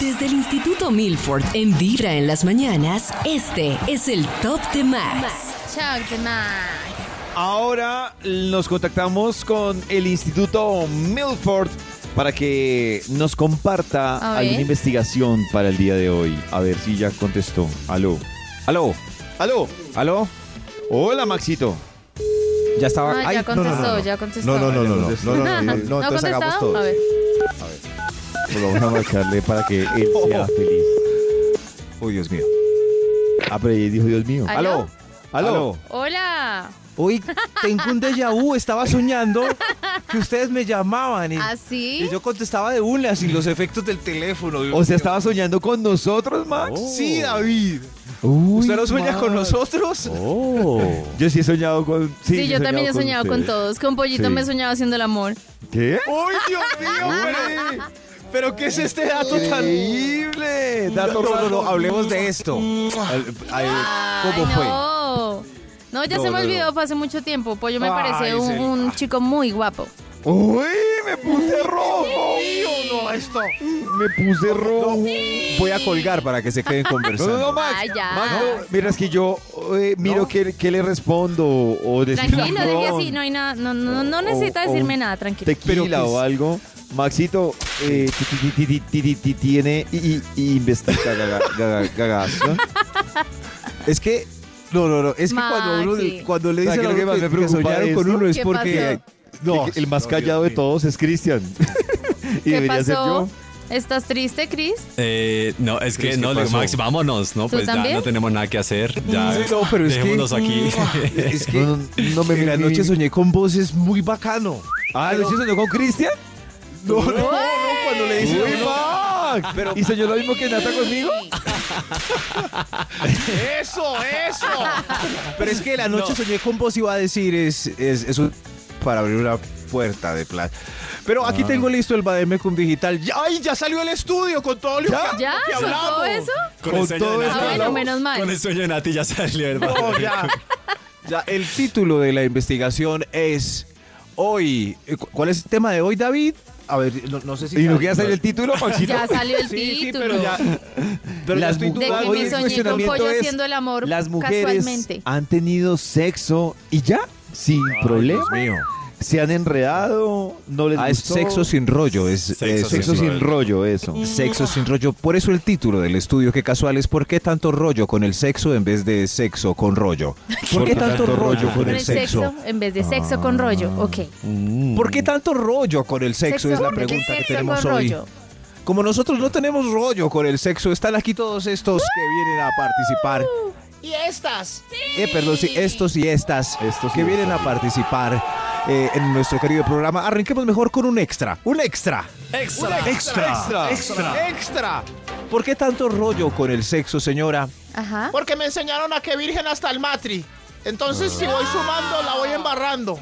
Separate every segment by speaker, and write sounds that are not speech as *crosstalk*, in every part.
Speaker 1: Desde el Instituto Milford en Vibra en las mañanas, este es el Top de Max.
Speaker 2: Chao, qué
Speaker 3: Ah,
Speaker 2: mal.
Speaker 4: Ahora nos contactamos con el Instituto Milford para que nos comparta
Speaker 2: A ver.
Speaker 4: alguna investigación para el día de hoy. A ver si ya contestó. Aló. Aló. Aló. Aló. Hola, Maxito.
Speaker 3: Ya estaba.
Speaker 2: Ah,
Speaker 3: Ay,
Speaker 2: ya
Speaker 3: no, no, no,
Speaker 2: contestó,
Speaker 3: no.
Speaker 2: ya contestó.
Speaker 3: No, no, no, no, no, no, no, no, no, no,
Speaker 2: *laughs* ¿No ha
Speaker 3: entonces hagamos
Speaker 2: contestado? A
Speaker 3: todos.
Speaker 2: ver.
Speaker 3: Pues vamos a marcarle para que él
Speaker 2: Oh.
Speaker 3: sea feliz. Uy, Dios mío.
Speaker 4: Ah, pero ella dijo Dios mío.
Speaker 2: ¿Aló?
Speaker 4: Aló.
Speaker 2: Hola.
Speaker 3: Uy, tengo un déjà vu. Estaba soñando que ustedes me llamaban y,
Speaker 2: Ah, ¿Así?
Speaker 3: y yo contestaba de una sin los efectos del teléfono. Oh.
Speaker 4: O sea, estaba soñando con nosotros, Max.
Speaker 3: Sí, David.
Speaker 4: Uy,
Speaker 3: ¿Usted no sueña
Speaker 4: Max. Oh.
Speaker 3: con nosotros?
Speaker 4: Yo sí he soñado con.
Speaker 2: Sí,
Speaker 4: Sí, sí
Speaker 2: yo también he soñado con,
Speaker 4: ustedes.
Speaker 2: todos. Con Pollito
Speaker 4: Sí.
Speaker 2: me he soñado haciendo el amor.
Speaker 4: ¿Qué?
Speaker 3: Uy, Dios mío, pero, pero ¿qué es este dato tan.
Speaker 4: Increíble. Dato raro.
Speaker 3: hablemos de esto.
Speaker 2: Oh.
Speaker 4: Al- al-
Speaker 2: Ay,
Speaker 4: Eh, ¿Cómo fue?
Speaker 2: no. No, ya
Speaker 4: No,
Speaker 2: se me
Speaker 4: no, Ah.
Speaker 2: olvidó, fue hace mucho tiempo. Pollo me
Speaker 3: Ay,
Speaker 2: parece un,
Speaker 3: sí.
Speaker 2: un chico muy guapo.
Speaker 4: ¡Uy! Me puse rojo.
Speaker 3: no, esto.
Speaker 4: Me puse rojo.
Speaker 3: Voy a colgar para que se queden
Speaker 4: No, no, no, Max.
Speaker 2: Ay, ya.
Speaker 4: Max, no, mira, es que yo eh, miro qué, qué le respondo o decir
Speaker 2: Tranquilo, dije
Speaker 4: ron,
Speaker 2: así, no hay nada. No, no, no, no
Speaker 4: O-
Speaker 2: necesita
Speaker 4: o
Speaker 2: decirme
Speaker 4: un
Speaker 2: nada, tranquilo. pues-
Speaker 4: tequila
Speaker 3: Pero que
Speaker 4: o
Speaker 3: es-
Speaker 4: algo. Maxito eh, ti- ti- ti- ti- ti- ti- ti- tiene y, y investiga gaga- gaga- gagas,
Speaker 2: *laughs*
Speaker 4: ¿no?
Speaker 3: Es que. No, no, no. Es que cuando, uno-
Speaker 2: Maxi.
Speaker 3: cuando le dicen
Speaker 4: ¿Sabes
Speaker 3: a uno
Speaker 4: qué es lo que más
Speaker 3: que,
Speaker 4: me
Speaker 3: que
Speaker 4: preocupa
Speaker 3: soñaron
Speaker 4: de
Speaker 3: con
Speaker 4: esto?
Speaker 3: uno es
Speaker 2: ¿Qué
Speaker 3: porque. No,
Speaker 4: El más
Speaker 3: no,
Speaker 4: callado
Speaker 3: Dios
Speaker 4: de
Speaker 3: mío.
Speaker 4: todos es Cristian. *laughs* y
Speaker 2: ¿Qué
Speaker 4: debería ser
Speaker 2: pasó?
Speaker 4: yo.
Speaker 2: ¿Estás triste, Chris?
Speaker 5: Eh, no, es que
Speaker 4: Cris, ¿qué
Speaker 5: no, le digo,
Speaker 4: pasó?
Speaker 5: Max, vámonos, ¿no?
Speaker 2: ¿Tú
Speaker 5: Pues ya
Speaker 2: también?
Speaker 5: no tenemos nada que hacer. Ya
Speaker 3: Sí, no, pero es que-
Speaker 5: dejémonos aquí.
Speaker 3: *laughs*
Speaker 5: *laughs*
Speaker 3: Es que.
Speaker 4: No, no, no me
Speaker 3: en la
Speaker 4: mi-
Speaker 3: noche
Speaker 4: mi-
Speaker 3: soñé con vos, es muy bacano.
Speaker 4: Ah, ¿lo soñó con Cristian?
Speaker 3: No, no, no, cuando le dicen.
Speaker 4: ¡Uy, Max! ¿Y soñó lo mismo que Nata conmigo?
Speaker 3: ¡Eso, eso! Pero es que la noche soñé con vos y va a decir, es, es, es un- para abrir una puerta de plata. Pero aquí tengo listo el Bademecum Digital. Ya- ¡Ay, ya salió el estudio con todo lo que-
Speaker 2: ¿Ya?
Speaker 3: que
Speaker 2: ¿Con
Speaker 3: hablamos!
Speaker 2: todo eso?
Speaker 4: Con
Speaker 5: el sueño
Speaker 4: todo
Speaker 5: de
Speaker 4: esto
Speaker 5: Nati,
Speaker 2: Ah, bueno,
Speaker 4: hablamos.
Speaker 2: menos mal.
Speaker 5: Con el sueño de Nati ya salió el
Speaker 3: No, Oh, ya. Ya, el título de la investigación es Hoy. eh, cu- ¿Cuál es el tema de hoy, David? A ver, no, no sé si.
Speaker 4: ¿Y no
Speaker 3: sabes.
Speaker 4: quería salir
Speaker 3: *laughs*
Speaker 2: *laughs*
Speaker 4: el título, Maxito?
Speaker 2: Ya salió el
Speaker 3: Sí, sí,
Speaker 2: título.
Speaker 3: pero ya. Pero
Speaker 4: Las
Speaker 3: ya estoy
Speaker 4: mu-
Speaker 2: De
Speaker 4: Hoy
Speaker 2: que
Speaker 3: dudando.
Speaker 2: me
Speaker 4: el
Speaker 2: soñé con
Speaker 4: cuestionamiento
Speaker 2: pollo
Speaker 4: es,
Speaker 2: haciendo el amor
Speaker 4: Las mujeres
Speaker 2: casualmente.
Speaker 4: han tenido sexo y ya, sin problema.
Speaker 3: Dios mío.
Speaker 4: Se han enredado, no les
Speaker 3: Ah, es
Speaker 4: gustó. Eh,
Speaker 3: sexo sin rollo. Es
Speaker 5: Sexo
Speaker 3: eso,
Speaker 4: Sexo
Speaker 3: sí.
Speaker 4: sin rollo, eso.
Speaker 3: Sexo sin rollo. Por eso el título del estudio que casual es ¿Por qué tanto rollo con el sexo en vez de sexo con rollo? ¿Por qué tanto rollo con
Speaker 2: Con
Speaker 3: el sexo? Mm.
Speaker 2: en vez de sexo con rollo. Ok.
Speaker 3: ¿Por qué tanto rollo con el sexo? Es la
Speaker 2: ¿por qué
Speaker 3: pregunta que
Speaker 2: sexo
Speaker 3: tenemos
Speaker 2: con
Speaker 3: hoy.
Speaker 2: rollo?
Speaker 3: Como nosotros no tenemos rollo con el sexo, están aquí todos estos que vienen a participar. Y estas. Eh, perdón, sí, estos y estas
Speaker 4: Estos y
Speaker 3: que vienen a participar eh, en nuestro querido programa. Arranquemos mejor con un extra. Un extra.
Speaker 5: Extra.
Speaker 3: Extra. Extra. Extra. ¿Por qué tanto rollo con el sexo, señora?
Speaker 2: Ajá.
Speaker 6: Porque me enseñaron a que virgen hasta el matri. Entonces, si voy sumando, la voy embarrando.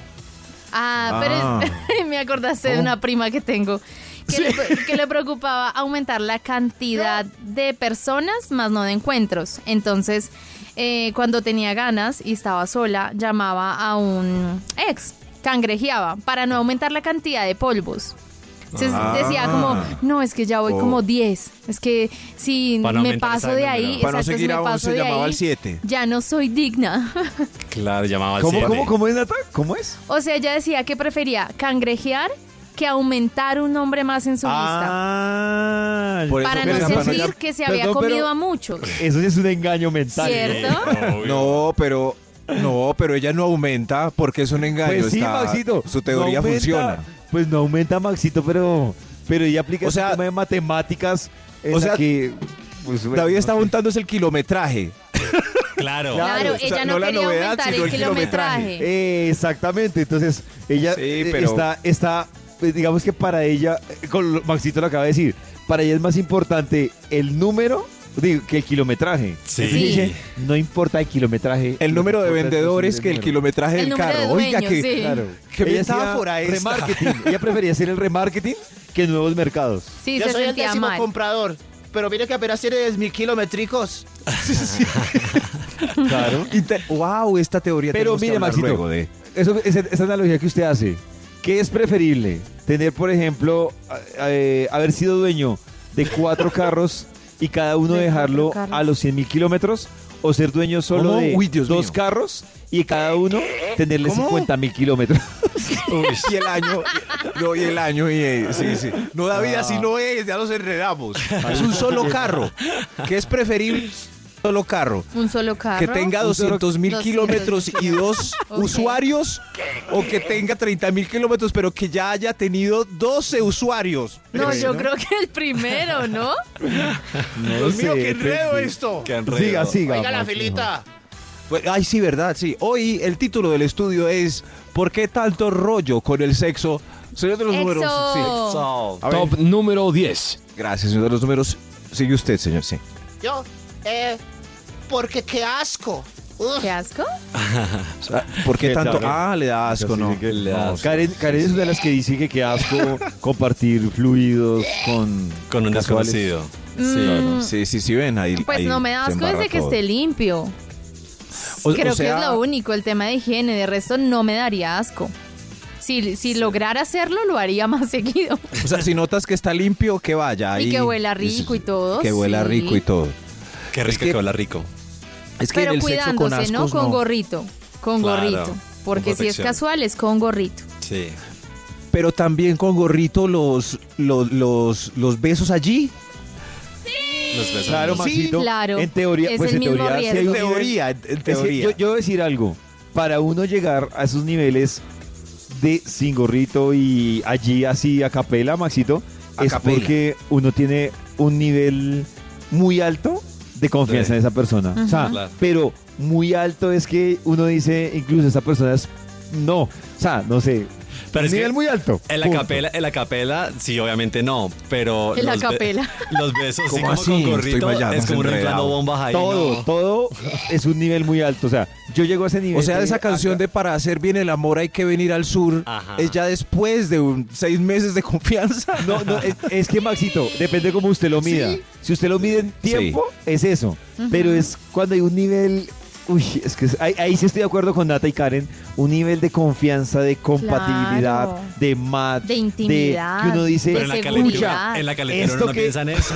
Speaker 2: Ah, *laughs* pero es- me acordaste de una prima que tengo que, le, pre- que le preocupaba aumentar
Speaker 3: *laughs*
Speaker 2: la cantidad de personas más no de encuentros. Entonces, eh, cuando tenía ganas y estaba sola, llamaba a un ex, cangrejeaba, para no aumentar la cantidad de polvos. Entonces
Speaker 3: Ah.
Speaker 2: decía como, no, es que ya
Speaker 3: Oh.
Speaker 2: voy como 10. Es que si
Speaker 5: Para no
Speaker 2: me
Speaker 5: aumentar
Speaker 2: paso
Speaker 5: ese
Speaker 2: de
Speaker 5: número.
Speaker 2: ahí,
Speaker 3: Para no
Speaker 2: exacto, si
Speaker 3: seguir
Speaker 2: me
Speaker 3: a once,
Speaker 2: paso de
Speaker 3: llamaba
Speaker 2: ahí,
Speaker 3: al siete.
Speaker 2: Ya no soy digna.
Speaker 5: Claro, llamaba al
Speaker 4: ¿Cómo,
Speaker 5: siete.
Speaker 4: cómo, cómo es, Nata? ¿Cómo es?
Speaker 2: O sea, ella decía que prefería cangrejear que aumentar un hombre más en su
Speaker 4: Ah,
Speaker 3: Por eso
Speaker 2: lista. Para no
Speaker 3: pero-
Speaker 4: para
Speaker 2: sentir
Speaker 4: no-
Speaker 2: que se
Speaker 4: perdón,
Speaker 2: había comido
Speaker 4: pero-
Speaker 2: a muchos.
Speaker 4: eso sí es un engaño mental.
Speaker 2: ¿Cierto?
Speaker 5: Obvio.
Speaker 3: No, pero. No, pero ella no aumenta porque es un engaño.
Speaker 4: Pues sí,
Speaker 3: está-
Speaker 4: Maxito.
Speaker 3: Su teoría
Speaker 4: no aumenta,
Speaker 3: funciona.
Speaker 4: Pues no aumenta, Maxito, pero, pero ella aplica
Speaker 3: O
Speaker 4: o
Speaker 3: sea-
Speaker 4: tema de matemáticas. en
Speaker 3: o
Speaker 4: la
Speaker 3: sea,
Speaker 4: que, pues, bueno,
Speaker 3: David
Speaker 4: no
Speaker 3: está
Speaker 4: sé.
Speaker 3: apuntándose el kilometraje.
Speaker 5: Claro.
Speaker 2: Claro,
Speaker 3: o sea,
Speaker 2: ella no,
Speaker 3: no la
Speaker 2: quería
Speaker 3: novedad,
Speaker 2: aumentar
Speaker 3: sino
Speaker 2: el
Speaker 3: el kilometraje.
Speaker 2: kilometraje.
Speaker 4: Eh, exactamente. Entonces, ella
Speaker 3: Sí,
Speaker 4: eh,
Speaker 3: pero-
Speaker 4: está, está, eh, digamos que para ella, eh, con lo- Maxito lo acaba de decir, para ella es más importante el número Digo, que el kilometraje.
Speaker 5: Sí.
Speaker 4: Entonces dije, no importa el kilometraje.
Speaker 3: El
Speaker 4: lo
Speaker 3: número de
Speaker 4: importa es
Speaker 3: vendedores
Speaker 4: el
Speaker 3: que el
Speaker 4: número.
Speaker 3: kilometraje
Speaker 2: El
Speaker 3: del
Speaker 2: número de
Speaker 3: carro. Oiga,
Speaker 2: dueños,
Speaker 3: que, *laughs*
Speaker 2: sí.
Speaker 3: claro. que
Speaker 4: Ella hacía
Speaker 3: metáfora esta.
Speaker 4: Remarketing. Ella prefería hacer el remarketing que nuevos mercados.
Speaker 2: Sí,
Speaker 6: Yo
Speaker 2: se
Speaker 6: soy el
Speaker 2: sentía
Speaker 6: décimo
Speaker 2: mal.
Speaker 6: comprador. Pero mire que apenas tienes mil kilométricos.
Speaker 4: Claro.
Speaker 3: wow, esta teoría
Speaker 4: Pero
Speaker 3: tenemos que
Speaker 4: mire,
Speaker 3: hablar
Speaker 4: Maxito,
Speaker 3: luego
Speaker 4: *laughs*
Speaker 3: de-
Speaker 4: eso- esa, esa analogía que usted hace, ¿qué es preferible? Tener, por ejemplo, a- eh, haber sido dueño de cuatro carros y cada
Speaker 2: *laughs*
Speaker 4: uno
Speaker 2: De
Speaker 4: dejarlo
Speaker 2: cuatro carros.
Speaker 4: a los 100 mil kilómetros o ser dueño solo
Speaker 3: ¿Cómo?
Speaker 4: de
Speaker 3: Uy, Dios
Speaker 4: dos
Speaker 3: mío.
Speaker 4: carros y cada uno tenerle
Speaker 3: ¿Cómo?
Speaker 4: 50
Speaker 3: *laughs*
Speaker 4: mil kilómetros.
Speaker 3: Y el año, no, y el año, y eh, sí, sí. No, David,
Speaker 4: Ah.
Speaker 3: así no es, ya los enredamos. Es un solo carro. ¿Qué es preferible? Solo carro.
Speaker 2: Un solo carro.
Speaker 3: Que tenga 200 mil
Speaker 2: 200.000
Speaker 3: kilómetros y dos
Speaker 2: *laughs* Ok.
Speaker 3: usuarios, o que tenga 30 mil kilómetros, pero que ya haya tenido 12 usuarios.
Speaker 2: No, yo creo que el primero,
Speaker 3: *laughs*
Speaker 2: ¿no?
Speaker 6: Dios mío,
Speaker 4: sé,
Speaker 6: qué enredo
Speaker 4: Pepe.
Speaker 6: esto.
Speaker 5: Qué enredo.
Speaker 4: Siga, siga.
Speaker 6: Oiga la
Speaker 4: Maxito.
Speaker 6: filita.
Speaker 3: Pues, Ay, sí, verdad, sí. Hoy el título del estudio es ¿Por qué tanto rollo con el sexo? Señor de los números. sí.
Speaker 2: Exo.
Speaker 3: A ver,
Speaker 7: Top número 10.
Speaker 3: Gracias, señor de los números. Sigue usted, señor, sí.
Speaker 6: Yo, eh, porque qué asco. Ugh.
Speaker 2: ¿Qué asco?
Speaker 3: O sea, ¿Por qué
Speaker 4: Qué
Speaker 3: tanto?
Speaker 4: tal.
Speaker 3: Ah, le da asco,
Speaker 4: Así
Speaker 3: ¿no?
Speaker 4: que le
Speaker 3: No,
Speaker 4: asco.
Speaker 3: sí.
Speaker 4: Karen, Karen es una de las que dice que qué asco compartir fluidos con,
Speaker 5: Con un
Speaker 4: casuales.
Speaker 5: desconocido.
Speaker 2: Mm,
Speaker 3: Sí, sí, sí, ven ahí.
Speaker 2: Pues
Speaker 3: ahí
Speaker 2: no me da
Speaker 3: se
Speaker 2: asco
Speaker 3: embarra
Speaker 2: desde que
Speaker 3: todo.
Speaker 2: esté limpio.
Speaker 3: O- o
Speaker 2: Creo que
Speaker 3: sea,
Speaker 2: es lo único, el tema de higiene. De resto, no me daría asco. Si, si lograra hacerlo, lo haría *laughs* más seguido.
Speaker 3: O sea, si notas que está limpio, que vaya.
Speaker 2: Y
Speaker 3: ahí.
Speaker 2: que huela rico y todo,
Speaker 3: Que huela
Speaker 2: sí.
Speaker 3: rico y todo.
Speaker 5: Qué rico
Speaker 3: que-
Speaker 5: que, habla rico.
Speaker 3: Es que en
Speaker 2: Pero
Speaker 3: el sexo con
Speaker 2: cuidándose, ¿no?
Speaker 3: ascos,
Speaker 2: Con
Speaker 3: no.
Speaker 2: gorrito. Con
Speaker 5: Claro,
Speaker 2: gorrito.
Speaker 5: con
Speaker 2: Porque si es
Speaker 5: protección.
Speaker 2: casual, es con gorrito.
Speaker 3: Ah.
Speaker 5: Sí.
Speaker 3: Pero también con gorrito los, los, los, los besos allí.
Speaker 5: Los besos.
Speaker 4: Claro,
Speaker 5: Sí.
Speaker 4: Maxito.
Speaker 2: claro.
Speaker 4: En teoría,
Speaker 2: Es
Speaker 4: pues
Speaker 2: el
Speaker 4: en
Speaker 2: mismo
Speaker 4: teoría, sí hay
Speaker 2: riesgo.
Speaker 4: un nivel-
Speaker 3: en en
Speaker 4: Es que yo, yo voy a decir algo. Para uno llegar a esos niveles de sin gorrito y allí así a capela, Maxito,
Speaker 3: A
Speaker 4: es
Speaker 3: capela.
Speaker 4: porque uno tiene un nivel muy alto de confianza
Speaker 5: Sí.
Speaker 4: en esa persona. O sea,
Speaker 2: Ujú.
Speaker 5: Claro.
Speaker 4: pero muy alto es que uno dice, incluso esa persona es no. O sea, no sé.
Speaker 5: Pero es
Speaker 4: nivel
Speaker 5: que-
Speaker 4: muy alto.
Speaker 5: En la
Speaker 4: punto.
Speaker 5: capela, en la capela, sí, obviamente no, pero
Speaker 2: En la
Speaker 5: los be-
Speaker 2: capela.
Speaker 5: *laughs* los besos, sí,
Speaker 3: ¿Cómo
Speaker 5: como
Speaker 3: así?
Speaker 5: con
Speaker 3: Estoy
Speaker 5: gorrito,
Speaker 3: vaya,
Speaker 5: es
Speaker 3: más
Speaker 5: como
Speaker 3: enredado.
Speaker 5: riflando bombas ahí.
Speaker 4: Todo,
Speaker 5: ¿no?
Speaker 4: todo es un nivel muy alto. O sea, yo llego a ese nivel.
Speaker 3: O sea, esa
Speaker 4: acá-
Speaker 3: canción de para hacer bien el amor hay que venir al sur
Speaker 5: Ajá.
Speaker 3: es ya después de un- seis meses de confianza.
Speaker 4: No, no, es, es que Maxito, depende cómo usted lo mida. Si usted lo mide en tiempo, es eso. Pero es cuando hay un nivel. Uy, es que es- ahí, ahí sí estoy de acuerdo con Nata y Karen. Un nivel de confianza, de compatibilidad,
Speaker 2: Claro.
Speaker 4: de match,
Speaker 2: De intimidad,
Speaker 4: que uno dice,
Speaker 2: de
Speaker 5: Pero en la
Speaker 2: seguridad.
Speaker 5: calentura, en la calentura
Speaker 4: ¿esto
Speaker 5: uno no
Speaker 4: qué?
Speaker 5: piensa en eso.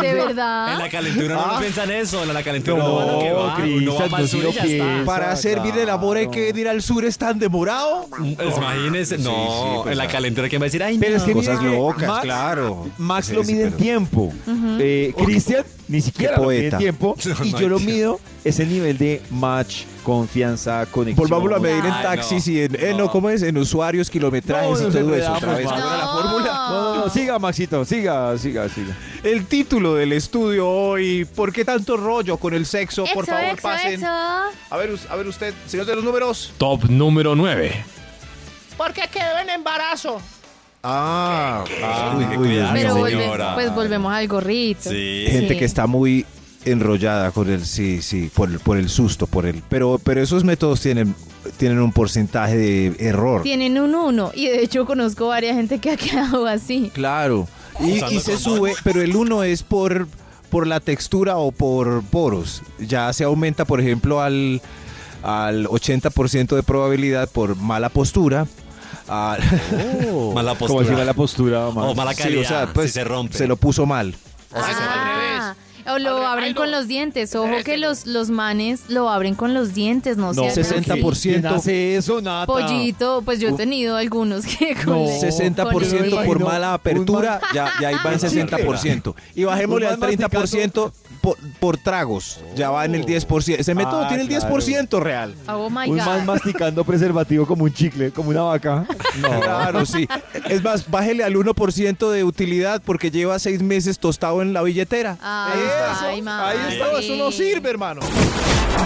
Speaker 3: *laughs*
Speaker 2: de
Speaker 5: En
Speaker 2: verdad.
Speaker 5: la calentura uno no piensa en eso, en la calentura uno va a lo que
Speaker 4: Ah. no,
Speaker 5: va, uno va
Speaker 4: Cristian,
Speaker 5: para
Speaker 4: no
Speaker 5: el
Speaker 4: si
Speaker 5: sur
Speaker 4: lo
Speaker 5: y ya está.
Speaker 4: piensa,
Speaker 3: para hacer bien el amor hay
Speaker 4: claro.
Speaker 3: que venir al sur es tan demorado.
Speaker 5: Pues imagínese, no, en la calentura quién va a decir, ay,
Speaker 4: pues Pero es que
Speaker 5: no.
Speaker 4: mire que Max-
Speaker 3: claro.
Speaker 4: Max
Speaker 3: Sí,
Speaker 4: lo
Speaker 3: sí,
Speaker 4: mide en
Speaker 3: pero-
Speaker 4: tiempo. Eh, Cristian ni siquiera
Speaker 3: Qué
Speaker 4: lo mide en
Speaker 3: poeta.
Speaker 4: tiempo.
Speaker 3: *laughs*
Speaker 5: No,
Speaker 4: y
Speaker 5: no
Speaker 4: yo lo
Speaker 5: hay-
Speaker 4: mido ese nivel de match, confianza, conexión.
Speaker 3: Volvámoslo a medir en
Speaker 5: Ay,
Speaker 3: taxis
Speaker 5: no.
Speaker 3: y en, eh, no, ¿cómo es? En usuarios, kilometrajes
Speaker 4: No,
Speaker 3: y
Speaker 4: nos
Speaker 3: todo eso.
Speaker 4: enredamos,
Speaker 3: Otra vez.
Speaker 4: va.
Speaker 3: ¿Cuál era la
Speaker 2: No.
Speaker 3: fórmula?
Speaker 4: No, no, no, siga, Maxito, siga, siga, siga.
Speaker 3: El título del estudio hoy, ¿por qué tanto rollo con el sexo? Por
Speaker 2: Exo,
Speaker 3: favor,
Speaker 2: exo,
Speaker 3: pasen.
Speaker 2: exo.
Speaker 3: A ver, us- a ver usted, señor de los números.
Speaker 7: Top número 9.
Speaker 6: Porque quedó en embarazo.
Speaker 3: Ah,
Speaker 5: uy, uy, Dios
Speaker 2: Pero
Speaker 5: mío.
Speaker 2: volve-
Speaker 5: señora.
Speaker 2: pues volvemos al gorrito.
Speaker 5: Sí.
Speaker 3: gente
Speaker 2: Sí.
Speaker 3: que está muy enrollada con el sí sí por el, por el susto por el pero pero esos métodos tienen tienen un porcentaje de error
Speaker 2: Tienen un uno. Y de hecho, conozco varias gente que ha quedado así.
Speaker 3: claro y, y se sube pero el uno es por por la textura o por poros ya se aumenta por ejemplo al al 80% de probabilidad por mala postura al-
Speaker 5: Oh. Mala
Speaker 4: Como si
Speaker 5: postura. Oh,
Speaker 4: mala postura, Max.
Speaker 5: O mala
Speaker 3: *laughs* Sí,
Speaker 5: calidad,
Speaker 3: o sea, pues,
Speaker 5: si se rompe.
Speaker 3: se lo puso mal
Speaker 2: Ah, O
Speaker 6: Al
Speaker 2: lo
Speaker 6: re-
Speaker 2: abren
Speaker 6: ay,
Speaker 2: con
Speaker 6: no.
Speaker 2: los dientes. Ojo que
Speaker 6: Regresen.
Speaker 2: los, los manes lo abren con los dientes, no,
Speaker 4: No,
Speaker 2: sean así.
Speaker 3: 60%.
Speaker 4: ¿Quién hace eso, Nata?
Speaker 2: Pollito, pues yo he tenido algunos que con
Speaker 4: No.
Speaker 2: el-
Speaker 3: 60%
Speaker 2: con el-
Speaker 3: por
Speaker 4: Ay, no.
Speaker 3: mala apertura, ya, ya ahí va en
Speaker 4: *laughs* Sí.
Speaker 3: 60%. Y bajémosle
Speaker 4: Un
Speaker 3: al
Speaker 4: mal
Speaker 3: 30% por, por tragos, ya va en el 10%. Ese método
Speaker 4: Oh. Ah,
Speaker 3: tiene el
Speaker 4: claro.
Speaker 3: 10% real.
Speaker 2: Oh my
Speaker 4: Un
Speaker 2: God.
Speaker 4: man masticando preservativo como un chicle, como una vaca. *laughs* Oh.
Speaker 3: Claro, sí. Es más, bájele al 1% de utilidad porque lleva seis meses tostado en la billetera.
Speaker 2: Ay, ay,
Speaker 3: ahí está,
Speaker 2: Maxi.
Speaker 3: eso no sirve, hermano.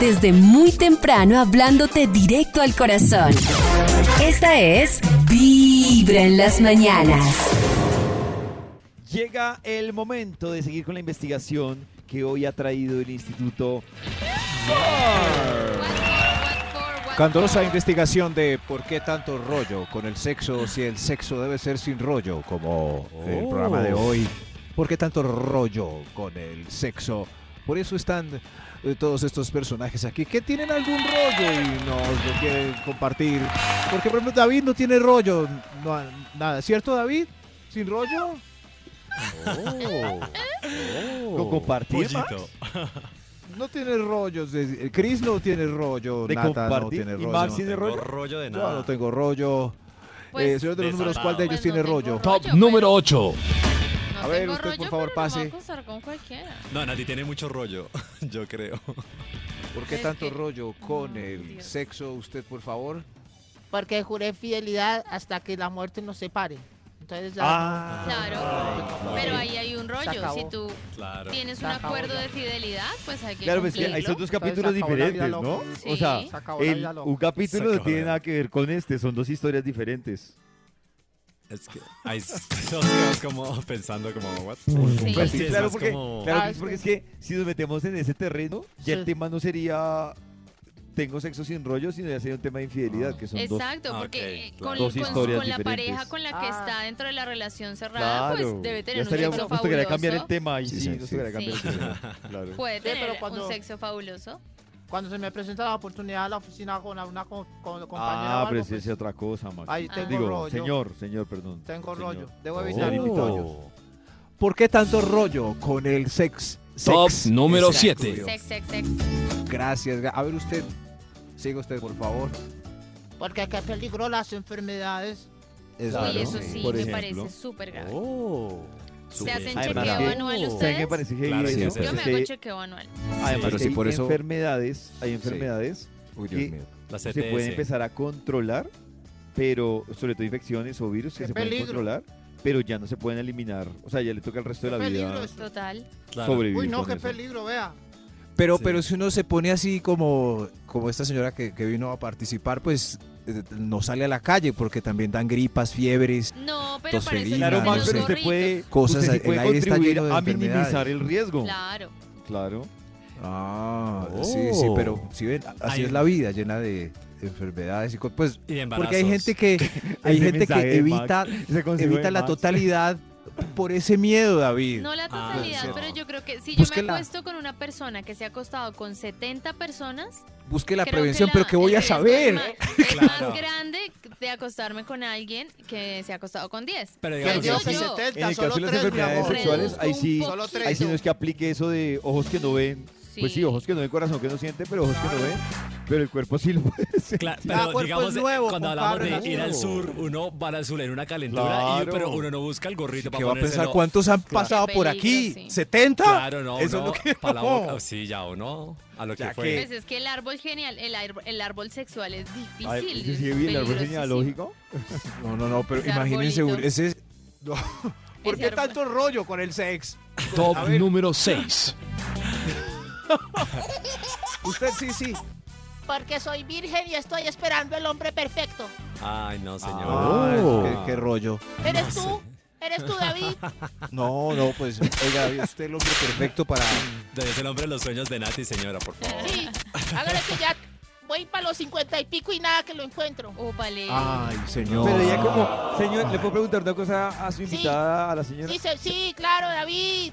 Speaker 1: Desde muy temprano hablándote directo al corazón. Esta es Vibra en las mañanas.
Speaker 4: Llega el momento de seguir con la investigación que hoy ha traído el Instituto
Speaker 3: Candorosa investigación de por qué tanto rollo con el sexo, si el sexo debe ser sin rollo, como
Speaker 4: Oh.
Speaker 3: el programa de hoy. ¿Por qué tanto rollo con el sexo? Por eso están eh, todos estos personajes aquí que tienen algún rollo y nos lo quieren compartir. Porque, por ejemplo, David no tiene rollo, no, nada. ¿Cierto, David? ¿Sin rollo?
Speaker 4: con compartir.
Speaker 5: Pollito.
Speaker 3: No tiene rollos. eh, Chris no tiene rollo.
Speaker 4: De
Speaker 3: Nata no
Speaker 4: compartir,
Speaker 3: tiene
Speaker 4: y
Speaker 3: rollo.
Speaker 4: Max tiene
Speaker 5: Tengo
Speaker 4: rollo.
Speaker 5: rollo de
Speaker 3: Yo no
Speaker 5: nada.
Speaker 3: tengo rollo.
Speaker 2: Pues,
Speaker 3: Eh, señor de los números, ¿cuál de ellos
Speaker 2: Pues no
Speaker 3: tiene
Speaker 2: tengo
Speaker 3: rollo?
Speaker 2: rollo.
Speaker 7: Top
Speaker 2: pues.
Speaker 7: número 8.
Speaker 2: No
Speaker 3: A ver,
Speaker 2: tengo
Speaker 3: usted, por favor,
Speaker 2: rollo, pero no me voy
Speaker 3: pase.
Speaker 2: a acostar con cualquiera.
Speaker 5: No, Nati tiene mucho rollo, *laughs* yo creo.
Speaker 3: ¿Por qué
Speaker 2: Es
Speaker 3: tanto
Speaker 2: que-
Speaker 3: rollo con
Speaker 2: Ay,
Speaker 3: el
Speaker 2: Dios.
Speaker 3: sexo? Usted, por favor.
Speaker 6: Porque juré fidelidad hasta que la muerte nos separe. Entonces ya.
Speaker 4: Ah,
Speaker 2: Claro, pero ahí hay un
Speaker 6: Se
Speaker 2: rollo.
Speaker 6: acabó.
Speaker 2: Si tú
Speaker 5: Claro.
Speaker 2: tienes
Speaker 6: Se
Speaker 2: un
Speaker 6: acabó
Speaker 2: acuerdo
Speaker 6: ya.
Speaker 2: de fidelidad, pues hay que
Speaker 4: Claro, pues que
Speaker 2: cumplirlo.
Speaker 4: hay son dos capítulos
Speaker 6: Entonces, se acabó la vida
Speaker 4: diferentes,
Speaker 6: loca.
Speaker 4: ¿no?
Speaker 2: Sí.
Speaker 4: O sea,
Speaker 2: Se
Speaker 6: acabó la
Speaker 4: el-
Speaker 6: vida loca.
Speaker 4: un
Speaker 5: Se
Speaker 4: capítulo no
Speaker 5: acabó
Speaker 4: tiene
Speaker 5: la-
Speaker 4: nada que ver con este, son dos historias diferentes.
Speaker 5: Es *laughs* que ahí estamos como pensando como, what?
Speaker 2: Sí.
Speaker 4: Pues
Speaker 5: Sí,
Speaker 4: sí,
Speaker 5: es
Speaker 4: claro,
Speaker 5: más
Speaker 4: porque,
Speaker 5: como-
Speaker 4: claro,
Speaker 6: Ah,
Speaker 4: Chris,
Speaker 6: es
Speaker 4: porque
Speaker 6: que-
Speaker 4: es que si nos metemos en ese terreno, ya el
Speaker 6: Sí.
Speaker 4: tema no sería tengo sexo sin rollo, sino ya sería un tema de infidelidad, que son dos.
Speaker 2: Exacto,
Speaker 5: Ah,
Speaker 2: porque
Speaker 5: ok,
Speaker 2: eh,
Speaker 5: claro.
Speaker 2: con,
Speaker 4: Dos
Speaker 2: con-
Speaker 4: historias
Speaker 2: con la
Speaker 4: diferentes.
Speaker 2: pareja con la que
Speaker 6: Ah.
Speaker 2: está dentro de la relación cerrada, pues debe
Speaker 4: ya
Speaker 2: tener un
Speaker 4: estaría,
Speaker 2: sexo
Speaker 4: nos tocaría
Speaker 2: fabuloso.
Speaker 4: cambiar el tema ahí, sí,
Speaker 3: sí,
Speaker 4: nos
Speaker 3: sí.
Speaker 4: tocaría cambiar
Speaker 2: Sí.
Speaker 4: el
Speaker 2: *laughs*
Speaker 4: tema. Claro.
Speaker 2: Puede
Speaker 6: Sí, pero
Speaker 2: tener
Speaker 6: cuando-
Speaker 2: un sexo fabuloso.
Speaker 6: Cuando se me presenta la oportunidad a la oficina con una co- con- compañera. o
Speaker 4: Ah,
Speaker 6: algo,
Speaker 4: pero
Speaker 6: pues,
Speaker 4: esa es otra cosa, Max.
Speaker 6: Ahí
Speaker 2: Ah.
Speaker 6: tengo
Speaker 4: Digo,
Speaker 6: rollo.
Speaker 4: señor, señor, perdón.
Speaker 6: Tengo
Speaker 4: señor.
Speaker 6: rollo. Debo evitar
Speaker 3: Oh.
Speaker 6: mis rollos.
Speaker 3: ¿Por qué tanto rollo con el sex?
Speaker 7: Top
Speaker 3: sex?
Speaker 7: número
Speaker 3: Exacto.
Speaker 7: siete.
Speaker 2: Sex, sex, sex.
Speaker 3: Gracias. gra- A ver usted. Siga usted, por favor.
Speaker 6: Porque qué peligro las enfermedades.
Speaker 2: Uy,
Speaker 3: Claro.
Speaker 2: eso sí,
Speaker 4: Por
Speaker 2: me
Speaker 4: ejemplo.
Speaker 2: parece súper grave.
Speaker 5: Oh.
Speaker 2: ¿Se hacen
Speaker 4: Además
Speaker 2: chequeo
Speaker 4: que-
Speaker 2: anual
Speaker 4: ¿Saben qué
Speaker 2: ustedes?
Speaker 4: parece que
Speaker 5: Claro, sí,
Speaker 4: eso?
Speaker 5: es
Speaker 4: Pues
Speaker 2: Yo
Speaker 5: verdad.
Speaker 2: me
Speaker 4: es que
Speaker 2: hago chequeo anual.
Speaker 4: Además,
Speaker 3: Pero
Speaker 4: que
Speaker 3: sí,
Speaker 4: hay
Speaker 3: por eso-
Speaker 4: enfermedades, hay enfermedades
Speaker 3: Uy,
Speaker 4: que-
Speaker 3: Dios mío.
Speaker 5: La
Speaker 4: se
Speaker 5: CTS.
Speaker 4: pueden empezar a controlar, pero sobre todo infecciones o virus que
Speaker 6: ¡Qué
Speaker 4: se pueden
Speaker 6: peligro!
Speaker 4: controlar, pero ya no se pueden eliminar. O sea, ya le toca el resto de la
Speaker 6: ¡Qué
Speaker 4: vida
Speaker 6: peligro!
Speaker 2: Total.
Speaker 5: Claro.
Speaker 4: sobrevivir.
Speaker 6: Uy, no,
Speaker 4: con
Speaker 6: qué
Speaker 4: eso.
Speaker 6: peligro, vea.
Speaker 3: Pero,
Speaker 5: Sí.
Speaker 3: pero si uno se pone así como, como esta señora que, que vino a participar, pues eh, no sale a la calle porque también dan gripas, fiebres,
Speaker 2: No, pero para eso
Speaker 3: Tosferina,
Speaker 4: Claro,
Speaker 2: existen
Speaker 3: no
Speaker 4: Max,
Speaker 2: los
Speaker 4: pero
Speaker 3: sé.
Speaker 4: usted puede,
Speaker 2: gorritos.
Speaker 3: Cosas,
Speaker 4: usted sí
Speaker 3: el
Speaker 4: puede
Speaker 3: aire está
Speaker 4: contribuir
Speaker 3: lleno de
Speaker 4: a minimizar
Speaker 3: enfermedades.
Speaker 4: el riesgo.
Speaker 2: Claro.
Speaker 3: *laughs*
Speaker 4: Claro.
Speaker 3: Ah,
Speaker 5: Oh.
Speaker 3: sí, sí, pero si ven, así
Speaker 5: Ay.
Speaker 3: es la vida, llena de enfermedades y co- pues
Speaker 5: Y de embarazos.
Speaker 3: porque hay gente que hay
Speaker 4: Ese
Speaker 3: gente
Speaker 4: mensaje
Speaker 3: que
Speaker 4: de
Speaker 3: evita
Speaker 4: Ese consejo
Speaker 3: evita
Speaker 4: de
Speaker 3: la
Speaker 4: Max.
Speaker 3: totalidad por ese miedo, David.
Speaker 2: No la
Speaker 5: Ah,
Speaker 2: totalidad,
Speaker 3: sí.
Speaker 2: pero yo creo que si yo me
Speaker 3: Búsquela.
Speaker 2: acuesto con una persona que se ha acostado con 70 personas,
Speaker 3: Busque la
Speaker 2: creo
Speaker 3: prevención,
Speaker 2: que
Speaker 3: pero
Speaker 2: la-
Speaker 3: ¿qué voy
Speaker 2: el
Speaker 3: a
Speaker 2: riesgo
Speaker 3: saber? *laughs*
Speaker 2: Es más, es
Speaker 5: Claro.
Speaker 2: más grande de acostarme con alguien que se ha acostado con 10.
Speaker 5: Pero
Speaker 6: Que
Speaker 5: digamos,
Speaker 2: digo
Speaker 5: que-
Speaker 6: yo se
Speaker 2: yo.
Speaker 4: En el
Speaker 6: 70,
Speaker 4: caso de
Speaker 6: solo
Speaker 4: las
Speaker 6: tres, mi
Speaker 4: enfermedades
Speaker 6: amor.
Speaker 4: sexuales, ahí sí,
Speaker 2: Reduzco un
Speaker 6: Solo tres.
Speaker 4: ahí sí no es que aplique eso de ojos que no ven. Pues sí, ojos que no ven, corazón que no siente, pero ojos que no ven. Pero el cuerpo sí lo puede *laughs* sentir.
Speaker 5: Cla-
Speaker 6: Cada
Speaker 5: pero
Speaker 6: cuerpo
Speaker 5: digamos,
Speaker 6: es nuevo,
Speaker 5: cuando hablamos
Speaker 6: compadre,
Speaker 5: de
Speaker 6: la
Speaker 5: ir al
Speaker 6: vida.
Speaker 5: sur, uno va al sur en una calentura, y,
Speaker 4: Claro.
Speaker 5: pero uno no busca el gorrito
Speaker 3: ¿Qué
Speaker 5: para
Speaker 3: va a pensar
Speaker 5: ponérselo.
Speaker 3: cuántos han pasado por
Speaker 2: peligro,
Speaker 3: aquí?
Speaker 2: sí.
Speaker 3: ¿70?
Speaker 5: Claro, no,
Speaker 3: Eso
Speaker 5: uno
Speaker 3: es lo que
Speaker 5: pa' la
Speaker 3: no.
Speaker 5: boca. Sí, ya o no, a lo que
Speaker 3: Ya
Speaker 5: fue.
Speaker 2: Pues es que el árbol genial, el, ar- el árbol sexual es difícil.
Speaker 4: Ay, ¿sí
Speaker 2: es
Speaker 4: sigue bien el árbol
Speaker 2: peligrosísimo.
Speaker 4: genealógico?
Speaker 3: No, no, no, pero
Speaker 2: Ese
Speaker 3: imagínense
Speaker 2: arbolito.
Speaker 3: ese
Speaker 2: *laughs*
Speaker 3: es- No. ¿Por
Speaker 2: Ese
Speaker 3: qué
Speaker 2: árbol.
Speaker 3: tanto rollo con el sex?
Speaker 7: Top
Speaker 3: A ver.
Speaker 7: número 6.
Speaker 3: Usted sí, sí.
Speaker 6: Porque soy virgen y estoy esperando el hombre perfecto.
Speaker 5: Ay, no,
Speaker 4: Oh.
Speaker 5: señor.
Speaker 3: Ah, qué, qué rollo.
Speaker 6: ¿Eres tú? ¿Eres tú,
Speaker 4: *laughs*
Speaker 6: David?
Speaker 3: No, no, pues, oiga, David, usted es el hombre perfecto para...
Speaker 5: Desde el hombre de los sueños de Nati, señora, por favor.
Speaker 6: Sí. Hágale que ya voy para los 50 y pico y nada que lo encuentro.
Speaker 2: Ópale.
Speaker 3: Ay, señor.
Speaker 4: Pero ella como, señor, ¿le puedo preguntar una cosa a su invitada, a la señora?
Speaker 6: Sí, se- sí, claro, David.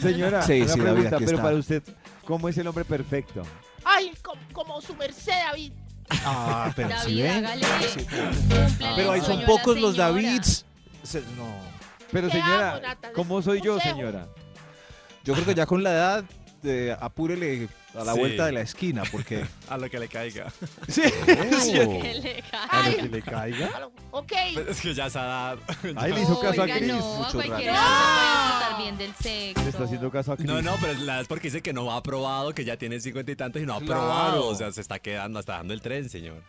Speaker 4: Señora,
Speaker 3: Sí,
Speaker 4: una
Speaker 3: sí, David,
Speaker 4: pregunta,
Speaker 3: aquí
Speaker 4: pero
Speaker 3: está.
Speaker 4: para usted, ¿cómo es el hombre perfecto?
Speaker 6: Ay, como, como su merced, David.
Speaker 3: Ah, pero
Speaker 2: David,
Speaker 3: si ven.
Speaker 2: hágale. Cúmplele
Speaker 3: Pero ahí son
Speaker 2: el sueño a la
Speaker 3: pocos los
Speaker 2: señora. *laughs*
Speaker 3: Davids. Se- No.
Speaker 4: Pero
Speaker 6: Te
Speaker 4: señora,
Speaker 6: amo, Nata,
Speaker 4: ¿cómo soy yo,
Speaker 6: consejo.
Speaker 4: señora?
Speaker 3: Yo creo que ya con la edad, eh, apúrele a la
Speaker 5: Sí.
Speaker 3: vuelta de la esquina,
Speaker 5: *laughs*
Speaker 3: porque...
Speaker 5: A lo que le caiga.
Speaker 3: Sí.
Speaker 2: Qué legal.
Speaker 4: ¿A lo que le caiga?
Speaker 6: Aló, Ok.
Speaker 5: Pero Pues, es que ya se ha
Speaker 4: Ay, le hizo caso a
Speaker 2: Oiga,
Speaker 4: Cris.
Speaker 2: No, a
Speaker 4: Mucho raro.
Speaker 2: cualquiera no se puede tratar bien del sexo.
Speaker 4: Le está haciendo caso a Cris.
Speaker 5: No, no, pero la es porque dice que no ha probado, que ya tiene cincuenta y tantos y no ha
Speaker 3: Claro.
Speaker 5: probado. O sea, se está quedando, está dando el tren, señor.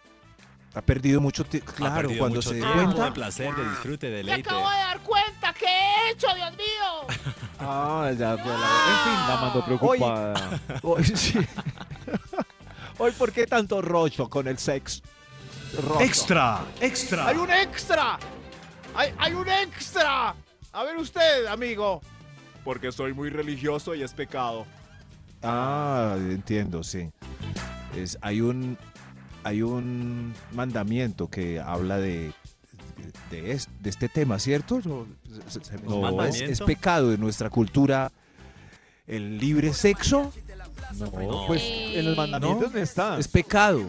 Speaker 3: Ha perdido mucho tiempo.
Speaker 5: Ha
Speaker 3: Claro,
Speaker 5: perdido
Speaker 3: cuando
Speaker 5: mucho
Speaker 3: se dé
Speaker 5: tiempo de
Speaker 3: cuenta.
Speaker 5: placer, de disfrute, de
Speaker 6: Me
Speaker 5: deleite.
Speaker 6: acabo de dar cuenta que he hecho, Dios mío.
Speaker 3: Ah, ya fue
Speaker 4: La mandó preocupada.
Speaker 6: *laughs*
Speaker 3: la... Hoy, *laughs* sí. Hoy, ¿por qué tanto rollo con el sex? Rollo.
Speaker 7: Extra, extra.
Speaker 6: Hay un extra. Hay, hay un extra. A ver usted, amigo.
Speaker 3: Porque soy muy religioso y es pecado. Ah, entiendo, sí. Es, hay un hay un mandamiento que habla de de, es- de este tema, ¿cierto? Yo- se- se-
Speaker 5: ¿Un
Speaker 3: no, es,
Speaker 5: mandamiento?
Speaker 3: es pecado en nuestra cultura el libre sexo,
Speaker 4: No, pues en los mandamientos no, está.
Speaker 3: es pecado.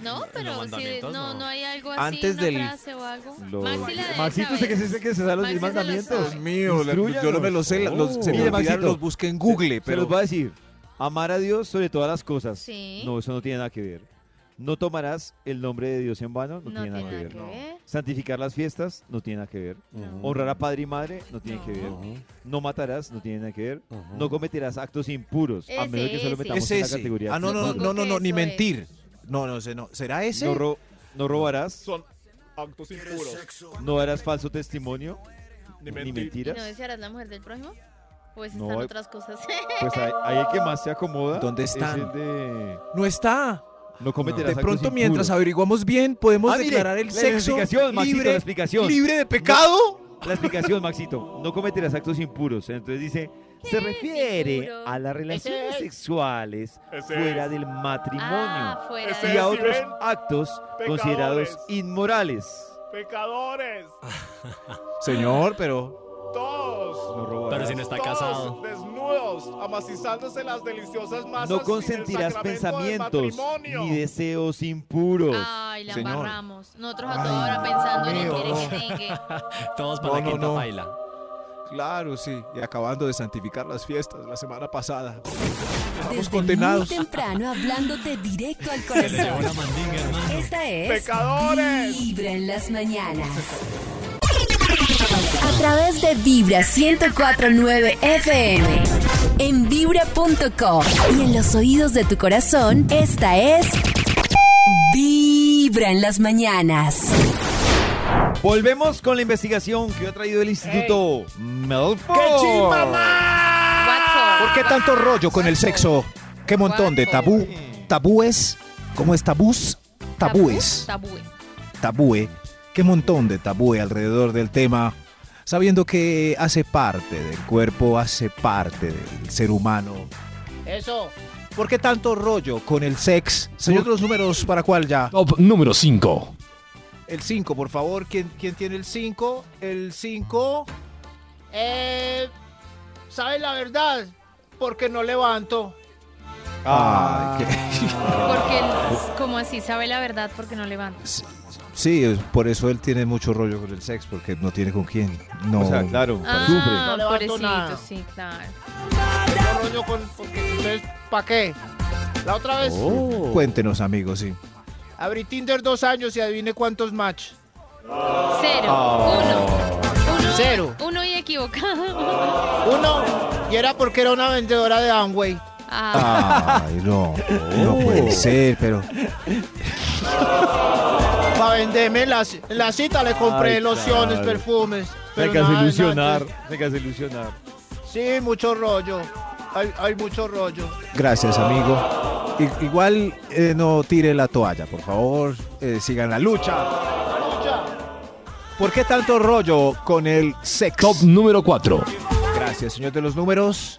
Speaker 8: No,
Speaker 5: los
Speaker 8: pero si
Speaker 5: mandamientos,
Speaker 8: no,
Speaker 5: no.
Speaker 8: no hay algo así,
Speaker 3: Antes
Speaker 8: una
Speaker 3: del-
Speaker 8: frase o algo.
Speaker 4: Lo-
Speaker 8: Maxi la debe
Speaker 4: Maxito, usted que se
Speaker 8: saber.
Speaker 4: dice que se da los
Speaker 8: Maxi
Speaker 4: 10
Speaker 8: se lo
Speaker 4: mandamientos.
Speaker 8: sabe.
Speaker 3: Mío, la- yo no me lo sé, la- los, se me
Speaker 4: Mire,
Speaker 3: olvidaron,
Speaker 4: Maxito,
Speaker 3: los busqué en Google,
Speaker 4: Se
Speaker 3: pero
Speaker 4: los va a decir. Amar a Dios sobre todas las cosas.
Speaker 8: Sí.
Speaker 4: No, eso no tiene nada que ver. No tomarás el nombre de Dios en vano, no, tiene nada que ver.
Speaker 2: que ver.
Speaker 4: Santificar las fiestas, no tiene nada que ver. Honrar a padre y madre, no tiene
Speaker 8: No.
Speaker 4: que ver. No matarás, no tiene nada que ver. No cometerás actos impuros, a
Speaker 8: Ese,
Speaker 4: menos que solo
Speaker 8: ese.
Speaker 4: metamos
Speaker 3: es
Speaker 4: en la
Speaker 3: ese.
Speaker 4: categoría.
Speaker 3: Ah, no, no,
Speaker 8: Supongo
Speaker 3: no, no, no,
Speaker 8: que
Speaker 3: ni
Speaker 8: eso
Speaker 3: mentir. No, no sé, no. ¿Será ese?
Speaker 4: No, ro- no robarás,
Speaker 9: Son actos impuros.
Speaker 4: no harás falso testimonio, ni,
Speaker 9: mentir.
Speaker 8: ¿Y
Speaker 4: mentiras.
Speaker 8: no desearás la mujer del prójimo? Pues
Speaker 4: No,
Speaker 8: están
Speaker 4: hay-
Speaker 8: otras cosas.
Speaker 4: Pues ahí ahí el que más se acomoda.
Speaker 3: ¿Dónde
Speaker 4: es
Speaker 3: están?
Speaker 4: el de
Speaker 3: No está.
Speaker 4: No cometerás
Speaker 3: De
Speaker 4: actos
Speaker 3: pronto, mientras
Speaker 4: impuros.
Speaker 3: averiguamos bien, podemos
Speaker 4: Ah, mire,
Speaker 3: declarar el
Speaker 4: la
Speaker 3: sexo
Speaker 4: explicación, Maxito,
Speaker 3: libre,
Speaker 4: la explicación.
Speaker 3: libre de pecado.
Speaker 4: La explicación, Maxito. No cometerás actos impuros. Entonces dice, se refiere
Speaker 8: impuro.
Speaker 4: a las relaciones
Speaker 6: es.
Speaker 4: sexuales
Speaker 9: Ese
Speaker 4: fuera del matrimonio
Speaker 8: *laughs* ah, fuera
Speaker 9: Ese
Speaker 4: y
Speaker 8: de
Speaker 4: a
Speaker 9: es,
Speaker 4: otros
Speaker 9: ¿ven?
Speaker 4: actos considerados inmorales.
Speaker 9: Pecadores.
Speaker 3: Señor, pero
Speaker 9: Todos.
Speaker 4: No robarás.
Speaker 5: Pero si no está
Speaker 9: todos
Speaker 5: casado.
Speaker 9: desnudos, amacizándose las deliciosas masas.
Speaker 4: No
Speaker 9: sin el
Speaker 4: consentirás
Speaker 9: sacramento del
Speaker 4: pensamientos
Speaker 9: matrimonio.
Speaker 4: ni deseos impuros.
Speaker 8: Ay, la
Speaker 3: Señor.
Speaker 8: embarramos. Nosotros a toda hora pensando en el
Speaker 3: mío,
Speaker 8: merengue.
Speaker 5: Todos para
Speaker 3: No,
Speaker 5: la
Speaker 3: no,
Speaker 5: quinta
Speaker 3: no.
Speaker 5: baila.
Speaker 3: claro, sí. Y acabando de santificar las fiestas la semana pasada.
Speaker 1: Desde
Speaker 3: Estamos
Speaker 1: muy
Speaker 3: condenados.
Speaker 1: temprano hablándote directo al
Speaker 5: Se le llevó la
Speaker 1: corazón.
Speaker 5: mandinga, hermano.
Speaker 1: Esta es
Speaker 9: Pecadores.
Speaker 1: Vibra en las mañanas. A través de Vibra 104.9 FM. En vibra.com. Y en los oídos de tu corazón, esta es Vibra en las mañanas.
Speaker 4: Volvemos con la investigación que ha traído el Instituto Melford.
Speaker 9: ¡Qué chimba, man!
Speaker 3: ¿Por qué tanto rollo con el sexo? Qué montón de tabú. Tabúes. ¿Cómo es tabús? Tabúes.
Speaker 2: Tabúes.
Speaker 3: Tabúe. ¿eh? Qué montón de tabúe alrededor del tema. Sabiendo que hace parte del cuerpo, hace parte del ser humano.
Speaker 6: Eso.
Speaker 3: ¿Por qué tanto rollo con el sex? Señor de los números, ¿para cuál ya?
Speaker 7: Top número 5.
Speaker 3: El 5, por favor. ¿Quién, quién tiene el 5? El 5.
Speaker 6: Eh, ¿Sabes la verdad? Porque no levanto.
Speaker 3: Ay, qué-
Speaker 2: Porque, el- como así, sabe la verdad porque no levanta.
Speaker 3: Sí, es- por eso él tiene mucho rollo con el sex, porque no tiene con quién. No.
Speaker 4: O sea, claro.
Speaker 2: Ah,
Speaker 6: No levanto
Speaker 2: pobrecito,
Speaker 6: nada.
Speaker 2: sí, claro.
Speaker 6: No rollo con. Porque ustedes, ¿para qué? La otra vez
Speaker 4: Oh.
Speaker 3: Cuéntenos, amigos, sí.
Speaker 6: abrí Tinder dos años y adivine cuántos match.
Speaker 2: Cero,
Speaker 4: Oh.
Speaker 2: uno, uno,
Speaker 6: Cero.
Speaker 2: uno y equivocado.
Speaker 4: Ah.
Speaker 6: Uno, y era porque era una vendedora de Amway.
Speaker 2: Ah,
Speaker 3: Ay, no. *laughs* No puede ser, pero.
Speaker 6: Para venderme en la, ci- en la cita le compré
Speaker 4: Ay,
Speaker 6: lociones,
Speaker 4: claro.
Speaker 6: perfumes.
Speaker 4: Se
Speaker 6: pero
Speaker 4: que hace
Speaker 6: nada,
Speaker 4: ilusionar.
Speaker 6: nada,
Speaker 4: Se que hace ilusionar.
Speaker 6: entonces- Sí, mucho rollo. Hay, hay mucho rollo.
Speaker 3: Gracias, amigo. I- igual eh, no tire la toalla, por favor. eh, sigan la lucha. ¿Por qué tanto rollo con el sex?
Speaker 7: Top número 4.
Speaker 3: Gracias, señor de los números.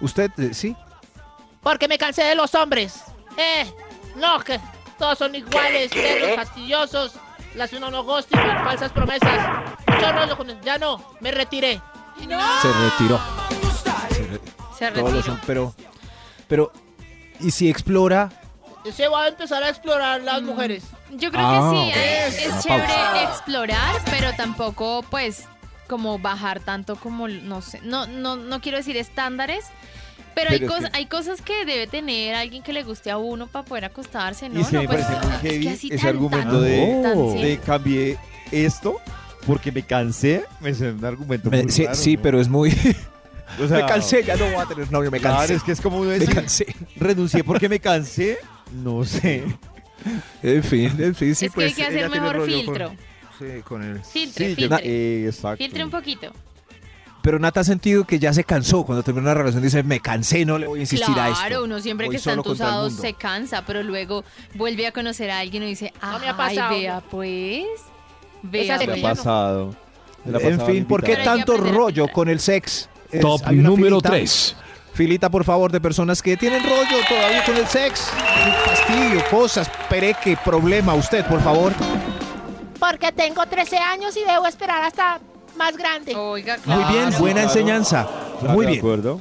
Speaker 3: Usted, eh, sí.
Speaker 6: Porque me cansé de los hombres. Eh, no, que todos son iguales, perros fastidiosos, las uno no ghosting, las falsas promesas. Mucho rollo con el- Ya no, me retiré.
Speaker 3: Se retiró. Se re-
Speaker 2: se
Speaker 3: todos los-
Speaker 2: retiró.
Speaker 3: pero, pero, ¿y si explora?
Speaker 6: Se va a empezar a explorar
Speaker 4: Mm.
Speaker 6: las mujeres.
Speaker 2: Yo creo
Speaker 3: Ah,
Speaker 2: que sí,
Speaker 3: ok.
Speaker 2: eh, es,
Speaker 3: Una
Speaker 2: chévere
Speaker 3: pausa.
Speaker 2: explorar, pero tampoco, pues, como bajar tanto como, no sé, no, no, no quiero decir estándares, pero, hay,
Speaker 4: Pero es
Speaker 2: cos-
Speaker 4: que-
Speaker 2: hay cosas que debe tener alguien que le guste a uno para poder acostarse, ¿no?
Speaker 4: Y se
Speaker 2: No,
Speaker 4: me
Speaker 2: pues,
Speaker 4: parece muy
Speaker 2: es que
Speaker 4: heavy
Speaker 2: así
Speaker 4: ese
Speaker 2: tan,
Speaker 4: argumento
Speaker 2: tan,
Speaker 4: de-
Speaker 2: tan
Speaker 7: Oh.
Speaker 2: simple.
Speaker 4: Le cambié esto porque me cansé. Me suena un argumento
Speaker 3: Me-
Speaker 4: muy
Speaker 3: eh, sí,
Speaker 4: raro,
Speaker 3: sí,
Speaker 4: ¿no?
Speaker 3: pero es muy. *laughs*
Speaker 4: O sea,
Speaker 3: me cansé, ya no voy a tener novio, me
Speaker 4: claro,
Speaker 3: cansé.
Speaker 4: es que es como uno
Speaker 3: Me
Speaker 4: decir,
Speaker 3: cansé.
Speaker 4: renuncié porque me cansé. No sé.
Speaker 3: En fin, en fin, sí,
Speaker 2: es que
Speaker 3: pues.
Speaker 2: hay que hacer
Speaker 3: ella tiene
Speaker 2: mejor
Speaker 3: rollo con-
Speaker 2: filtro.
Speaker 3: sí, con él.
Speaker 2: Filtre,
Speaker 4: Sí, yo-
Speaker 2: filtre.
Speaker 4: eh, exacto.
Speaker 2: Filtre un poquito.
Speaker 3: Pero Nata ha sentido que ya se cansó. Cuando termina una relación, dice, me cansé, no le voy a insistir a esto.
Speaker 2: Claro, uno siempre
Speaker 3: Voy
Speaker 2: que está
Speaker 3: solo contra el
Speaker 2: entusado
Speaker 3: mundo.
Speaker 2: se cansa, pero luego vuelve a conocer a alguien y dice,
Speaker 6: No me ha
Speaker 2: ay,
Speaker 6: pasado".
Speaker 2: vea pues, vea
Speaker 6: Esa
Speaker 4: Me ha
Speaker 6: Bueno.
Speaker 2: pues.
Speaker 4: pasado. Me la
Speaker 3: En
Speaker 4: pasaba
Speaker 3: fin, ¿por qué
Speaker 2: Pero
Speaker 4: invitada.
Speaker 2: hay que
Speaker 3: tanto
Speaker 2: aprender a
Speaker 3: rollo
Speaker 2: filtrar.
Speaker 3: con el sex? Es-
Speaker 7: Top
Speaker 3: hay una
Speaker 7: número
Speaker 3: filita.
Speaker 7: 3.
Speaker 3: Filita, por favor, de personas que tienen rollo todavía con el sexo. Fastidio, cosas, pereque, problema. Usted, por favor.
Speaker 9: Porque tengo 13 años y debo esperar hasta más grande.
Speaker 2: Oiga,
Speaker 3: Muy
Speaker 2: claro.
Speaker 3: bien, buena enseñanza. Muy bien,
Speaker 4: acuerdo.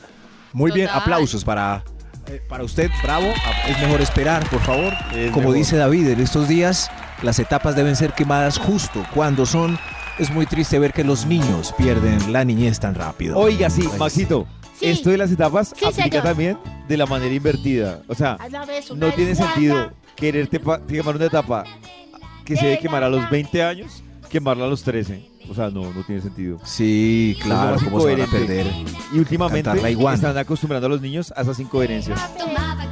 Speaker 3: muy bien.
Speaker 2: Total.
Speaker 3: Aplausos para, eh, para usted, bravo. A- Es mejor esperar, por favor.
Speaker 4: Es
Speaker 3: Como
Speaker 4: mejor.
Speaker 3: dice David, en estos días las etapas deben ser quemadas justo cuando son. Es muy triste ver que los niños pierden la niñez tan rápido.
Speaker 4: Oiga, sí, Maxito.
Speaker 9: Sí.
Speaker 4: Esto de las etapas
Speaker 9: Sí,
Speaker 4: aplica
Speaker 9: señor.
Speaker 4: también de la manera invertida. O sea,
Speaker 9: Haz la vez una
Speaker 4: no tiene
Speaker 9: iguana.
Speaker 4: sentido quererte pa- quemar una etapa que se debe quemar a los 20 años, quemarla a los 13. O sea, no, no tiene sentido.
Speaker 3: Sí, claro,
Speaker 4: Es lo más
Speaker 3: cómo se van a
Speaker 4: incoherente.
Speaker 3: perder.
Speaker 4: Y últimamente
Speaker 3: Cantar la iguana.
Speaker 4: están acostumbrando a los niños a esas incoherencias.
Speaker 9: Tomaba,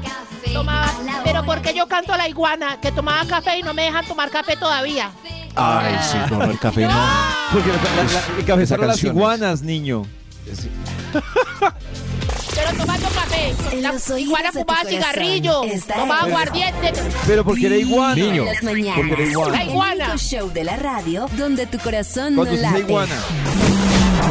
Speaker 9: pero porque yo canto la iguana, que tomaba café y no me dejan tomar café todavía.
Speaker 3: Ay, sí, no, no, el café no.
Speaker 4: Porque la, la- la- el café
Speaker 3: Esa
Speaker 4: son las
Speaker 3: canción es-
Speaker 4: iguanas, niño.
Speaker 9: Pero tomando café,
Speaker 1: En
Speaker 9: la
Speaker 1: los oídos
Speaker 9: iguana
Speaker 1: de tu
Speaker 9: fumaba
Speaker 1: corazón
Speaker 9: cigarrillo,
Speaker 1: está
Speaker 9: tomaba
Speaker 1: el-
Speaker 9: aguardiente.
Speaker 4: Pero porque era iguana.
Speaker 1: En las mañanas.
Speaker 4: Porque era iguana.
Speaker 9: La
Speaker 1: El
Speaker 9: iguana.
Speaker 1: único show de la radio donde tu corazón no
Speaker 4: Cuando usted es
Speaker 1: late.
Speaker 4: iguana.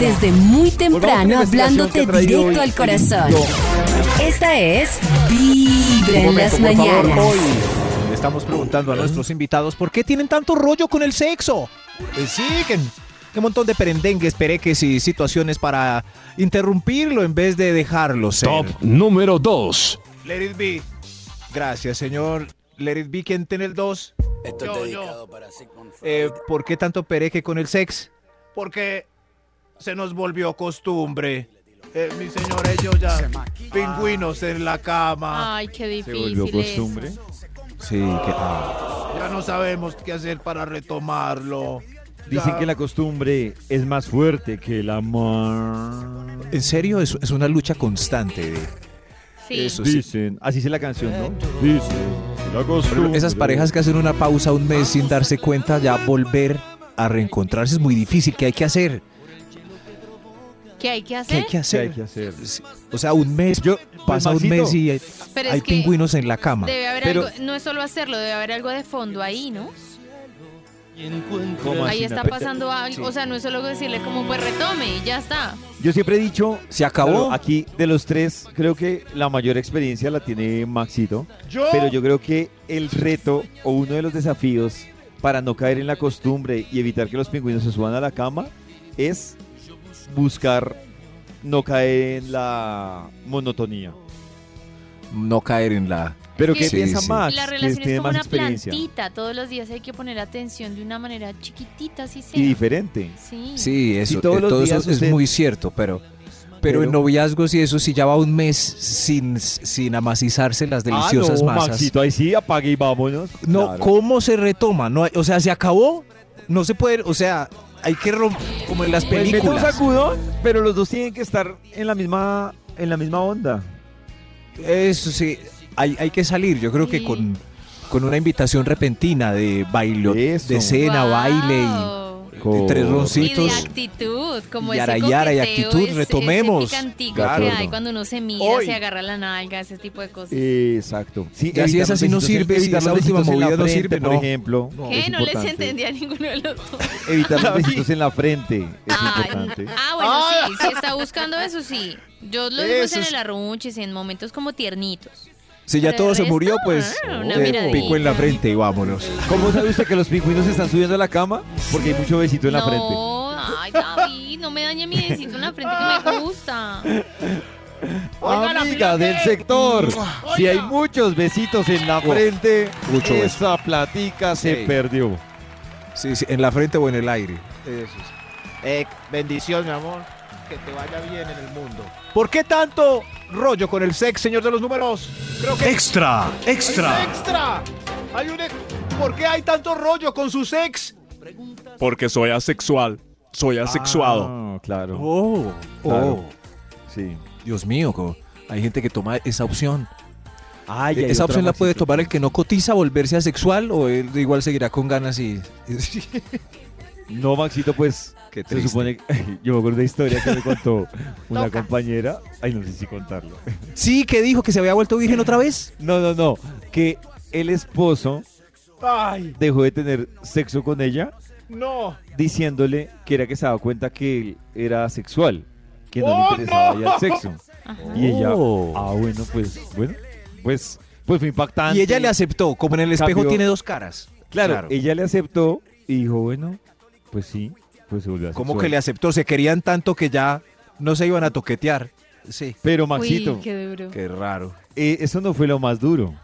Speaker 1: Desde muy temprano
Speaker 4: Volvamos con la
Speaker 1: hablándote
Speaker 4: investigación que ha traído
Speaker 1: directo
Speaker 4: hoy
Speaker 1: al
Speaker 4: el
Speaker 1: corazón.
Speaker 4: Instituto.
Speaker 1: Esta es Vibra en las
Speaker 3: por favor,
Speaker 1: mañanas.
Speaker 3: hoy le estamos preguntando a nuestros invitados por qué tienen tanto rollo con el sexo. Pues sí, que un montón de perendengues, pereques y situaciones para interrumpirlo en vez de dejarlo ser.
Speaker 10: Top número 2.
Speaker 3: Let it be. Gracias, señor. Let it be, ¿quién tiene el 2?
Speaker 6: Yo, yo.
Speaker 3: ¿Por qué tanto pereque con el sex? Porque se nos volvió costumbre.
Speaker 6: Eh, mi señora y yo ya. Pingüinos en la cama.
Speaker 2: Ay, qué
Speaker 4: Se
Speaker 2: difícil.
Speaker 4: volvió
Speaker 2: eso.
Speaker 4: costumbre.
Speaker 3: Sí, que...
Speaker 6: Ya no sabemos qué hacer para retomarlo.
Speaker 4: Dicen
Speaker 6: Ya.
Speaker 4: que la costumbre es más fuerte que el amor.
Speaker 3: En serio, es, es una lucha constante. de-
Speaker 2: Sí.
Speaker 3: Eso sí.
Speaker 4: Dicen, así dice la canción, ¿no? Dicen, que la
Speaker 3: Pero
Speaker 4: costumbre.
Speaker 3: esas parejas que hacen una pausa un mes sin darse cuenta, ya volver a reencontrarse es muy difícil. ¿Qué hay que hacer?
Speaker 2: ¿Qué hay que
Speaker 3: ¿Qué
Speaker 2: hacer?
Speaker 3: hay que
Speaker 4: ¿Qué ¿Eh? hay
Speaker 3: hacer?
Speaker 4: que hacer?
Speaker 3: Sí, O sea, un mes,
Speaker 4: Yo-
Speaker 3: pasa un
Speaker 4: Maxito.
Speaker 3: mes y hay,
Speaker 2: Pero
Speaker 3: hay
Speaker 2: es que
Speaker 3: pingüinos en la cama.
Speaker 2: Debe haber
Speaker 4: Pero-
Speaker 2: algo, no es solo hacerlo, debe haber algo de fondo ahí, ¿no?
Speaker 3: Pues
Speaker 4: ¿Cómo así?
Speaker 2: Ahí está pasando algo, o sea, no es solo decirle como pues retome y ya está.
Speaker 4: Yo siempre he dicho.
Speaker 3: ¿Se acabó?
Speaker 4: claro, aquí de los tres, creo que la mayor experiencia la tiene Maxito.
Speaker 6: Yo,
Speaker 4: Pero yo creo que el reto o uno de los desafíos para no caer en la costumbre y evitar que los pingüinos se suban a la cama es buscar no caer en la monotonía.
Speaker 3: No caer en la...
Speaker 4: Pero
Speaker 2: Sí,
Speaker 4: ¿qué
Speaker 3: sí,
Speaker 4: piensa
Speaker 3: sí.
Speaker 4: Max?
Speaker 2: la
Speaker 4: que
Speaker 2: relación es
Speaker 4: tiene
Speaker 2: como
Speaker 4: más
Speaker 2: una
Speaker 4: experiencia
Speaker 2: plantita, todos los días hay que poner atención de una manera chiquitita, así sea.
Speaker 4: y diferente.
Speaker 2: Sí.
Speaker 3: Sí, eso,
Speaker 4: Si todos
Speaker 3: eh,
Speaker 4: los
Speaker 3: todo
Speaker 4: días
Speaker 3: eso es
Speaker 4: usted-
Speaker 3: muy cierto, pero... Pero,
Speaker 4: Pero-
Speaker 3: en noviazgos y eso, si ya va un mes sin, sin amacizarse las deliciosas
Speaker 4: ah, no,
Speaker 3: masas.
Speaker 4: Maxito, ahí sí, apague y vámonos.
Speaker 3: No,
Speaker 4: Claro.
Speaker 3: ¿cómo se retoma? No hay- o sea, se acabó. No se puede, o sea, hay que romper como en las
Speaker 4: Pues mete un
Speaker 3: películas.
Speaker 4: sacudón, pero los dos tienen que estar en la misma en la misma onda.
Speaker 3: Eso sí, hay, hay que salir. Yo creo que
Speaker 2: Sí.
Speaker 3: con, con una invitación repentina de baile,
Speaker 4: Eso.
Speaker 3: de cena, baile y-
Speaker 2: Wow.
Speaker 3: y, tres
Speaker 2: Y de
Speaker 3: roncitos.
Speaker 2: actitud, como
Speaker 3: Yara,
Speaker 2: ese
Speaker 3: yara y
Speaker 2: coqueteo,
Speaker 3: actitud,
Speaker 2: ese- ese
Speaker 3: retomemos.
Speaker 2: picantico
Speaker 4: Claro.
Speaker 2: que hay cuando uno se mira,
Speaker 6: Hoy.
Speaker 2: se agarra la nalga, ese tipo de cosas.
Speaker 4: Exacto. Sí,
Speaker 3: Y así
Speaker 4: evitar
Speaker 3: es,
Speaker 4: los
Speaker 3: así no
Speaker 4: besitos en-
Speaker 3: sirve, si
Speaker 4: evitar
Speaker 3: esa
Speaker 4: los
Speaker 3: última
Speaker 4: besitos en la
Speaker 3: movida no
Speaker 4: frente,
Speaker 3: sirve,
Speaker 4: por
Speaker 3: no.
Speaker 4: ejemplo. es
Speaker 2: ¿Qué? No les
Speaker 4: importante.
Speaker 2: entendía ninguno de los dos.
Speaker 3: *laughs*
Speaker 4: Evitar los besitos en la frente es
Speaker 2: Ay,
Speaker 4: importante.
Speaker 2: Ah, bueno, sí, si está buscando eso, sí. Yo lo digo es en el arrunchis, en momentos como tiernitos.
Speaker 3: Si ya
Speaker 2: Pero
Speaker 3: todo
Speaker 2: el
Speaker 3: se
Speaker 2: resto,
Speaker 3: murió, pues
Speaker 2: ah, una
Speaker 3: eh,
Speaker 2: miradita.
Speaker 3: pico en la frente y vámonos.
Speaker 4: ¿Cómo sabe usted que los pingüinos se están subiendo a la cama? Porque hay mucho besito en la frente.
Speaker 2: no, ay, David, no me dañe mi besito en la frente que me gusta.
Speaker 6: Oiga, la
Speaker 4: Amiga
Speaker 6: pirata.
Speaker 4: del sector, si hay muchos besitos en la frente,
Speaker 3: Oh, mucho beso.
Speaker 4: esa platica se
Speaker 3: Sí.
Speaker 4: perdió.
Speaker 3: Sí, sí, en la frente o en el aire.
Speaker 6: Eh, bendición, mi amor. Que te vaya bien en el mundo.
Speaker 3: ¿Por qué tanto rollo con el sex, señor de los números?
Speaker 10: Extra,
Speaker 6: ¡Extra!
Speaker 10: extra.
Speaker 6: ¡Extra! Hay un ex- ¿Por qué hay tanto rollo con sus ex?
Speaker 11: Porque soy asexual. Soy asexuado.
Speaker 4: Ah, claro.
Speaker 3: Oh,
Speaker 4: Claro. Sí.
Speaker 3: Ah, Dios mío, co- hay gente que toma esa opción.
Speaker 4: Ay, hay
Speaker 3: Esa
Speaker 4: otra
Speaker 3: opción la
Speaker 4: más
Speaker 3: puede
Speaker 4: importante.
Speaker 3: tomar el que no cotiza, volverse asexual o él igual seguirá con ganas y...
Speaker 4: No, Maxito, pues
Speaker 3: Qué
Speaker 4: se
Speaker 3: triste.
Speaker 4: supone que *laughs* yo me acuerdo de una historia que me contó una compañera. Ay, no sé si contarlo.
Speaker 3: Sí, que dijo que se había vuelto virgen otra vez.
Speaker 4: No, no, no. Que el esposo
Speaker 6: ¡Ay!
Speaker 4: dejó de tener sexo con ella
Speaker 6: ¡No!
Speaker 4: diciéndole que era que se daba cuenta que él era sexual, que no
Speaker 6: ¡Oh,
Speaker 4: le interesaba
Speaker 6: no!
Speaker 4: ya el sexo. Y ella,
Speaker 12: Oh.
Speaker 4: ah, bueno, pues, bueno, pues, pues fue impactante.
Speaker 3: Y ella le aceptó, como en el espejo
Speaker 4: Cambió.
Speaker 3: tiene dos caras.
Speaker 4: Claro, ella le aceptó y dijo, bueno, pues sí, pues se volvió
Speaker 3: Como
Speaker 4: asexual.
Speaker 3: que le aceptó, se querían tanto que ya no se iban a toquetear. Sí.
Speaker 4: Pero Maxito,
Speaker 13: Uy, qué duro.
Speaker 3: Qué raro.
Speaker 4: eh, eso no fue lo más duro.